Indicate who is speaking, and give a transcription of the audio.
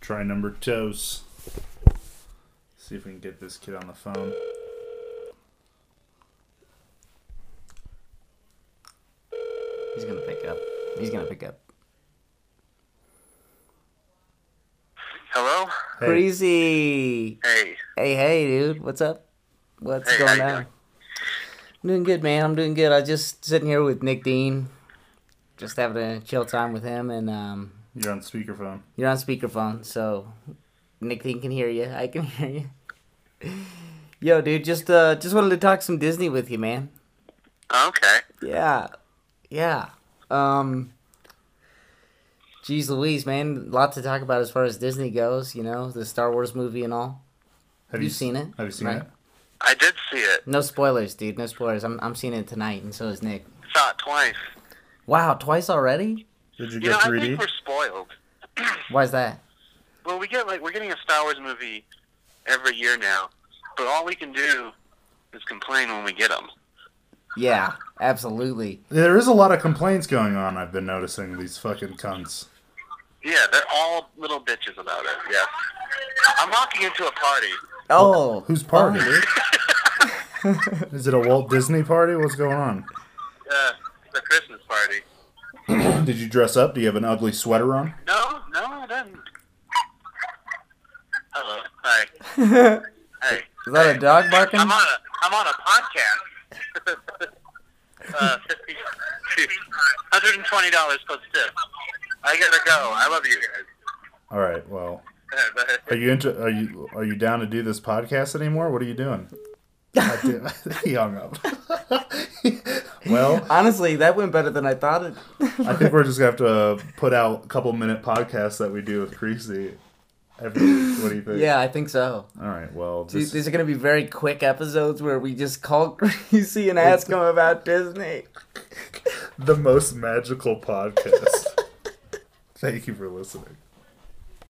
Speaker 1: Try number toes. See if we can get this kid on the phone.
Speaker 2: He's gonna pick up. He's gonna pick up.
Speaker 3: Hello?
Speaker 1: Hey.
Speaker 2: Crazy.
Speaker 3: Hey.
Speaker 2: Hey, hey, dude. What's up? What's
Speaker 3: Hey, how
Speaker 2: going
Speaker 3: you
Speaker 2: on?
Speaker 3: doing?
Speaker 2: I'm doing good, man. I'm doing good. I just sitting here with Nick Dean, just having a chill time with him, and um,
Speaker 1: You're on speakerphone.
Speaker 2: you're on speakerphone, so Nick Dean can hear you. I can hear you. Yo, dude, just uh, just wanted to talk some Disney with you, man.
Speaker 3: Okay.
Speaker 2: Yeah, yeah. Um, geez, Louise, man, lot to talk about as far as Disney goes. You know, the Star Wars movie and all.
Speaker 1: Have
Speaker 2: You've
Speaker 1: s-
Speaker 2: seen it,
Speaker 1: Have you seen
Speaker 2: right?
Speaker 1: it?
Speaker 3: I did see it.
Speaker 2: No spoilers, dude. No spoilers. I'm I'm seeing it tonight, and so is Nick.
Speaker 3: Saw it twice.
Speaker 2: Wow, twice already?
Speaker 1: Did you
Speaker 3: You
Speaker 1: get
Speaker 3: know, I
Speaker 1: 3D?
Speaker 3: think we're spoiled.
Speaker 2: Why is that?
Speaker 3: Well, we get like we're getting a Star Wars movie every year now, but all we can do is complain when we get them.
Speaker 2: Yeah, absolutely.
Speaker 1: There is a lot of complaints going on. I've been noticing these fucking cunts.
Speaker 3: Yeah, they're all little bitches about it. Yeah. I'm walking into a party.
Speaker 2: Oh,
Speaker 1: Who's
Speaker 2: oh,
Speaker 1: party?
Speaker 2: dude. Oh,
Speaker 1: Is it a Walt Disney party? What's going on?
Speaker 3: Uh, the Christmas party.
Speaker 1: Did you dress up? Do you have an ugly sweater on?
Speaker 3: No, no, I didn't. Hello. Hi. hey.
Speaker 2: Is that a dog barking?
Speaker 3: I'm on a I'm on a podcast. uh, fifty- $120 plus tip. I gotta go. I love you
Speaker 1: All right. Well,
Speaker 3: guys.
Speaker 1: are you into? Are you are you down to do this podcast anymore? What are you doing? God damn- he hung up. well,
Speaker 2: Honestly, that went better than I thought it.
Speaker 1: I think we're just gonna have to uh, put out a couple minute podcasts that we do with Creasy every week. What do you think?
Speaker 2: yeah, I think so.
Speaker 1: All right. Well, this,
Speaker 2: Dude, these are gonna be very quick episodes where we just call Greasy and ask him about Disney.
Speaker 1: the most magical podcast. Thank you for listening.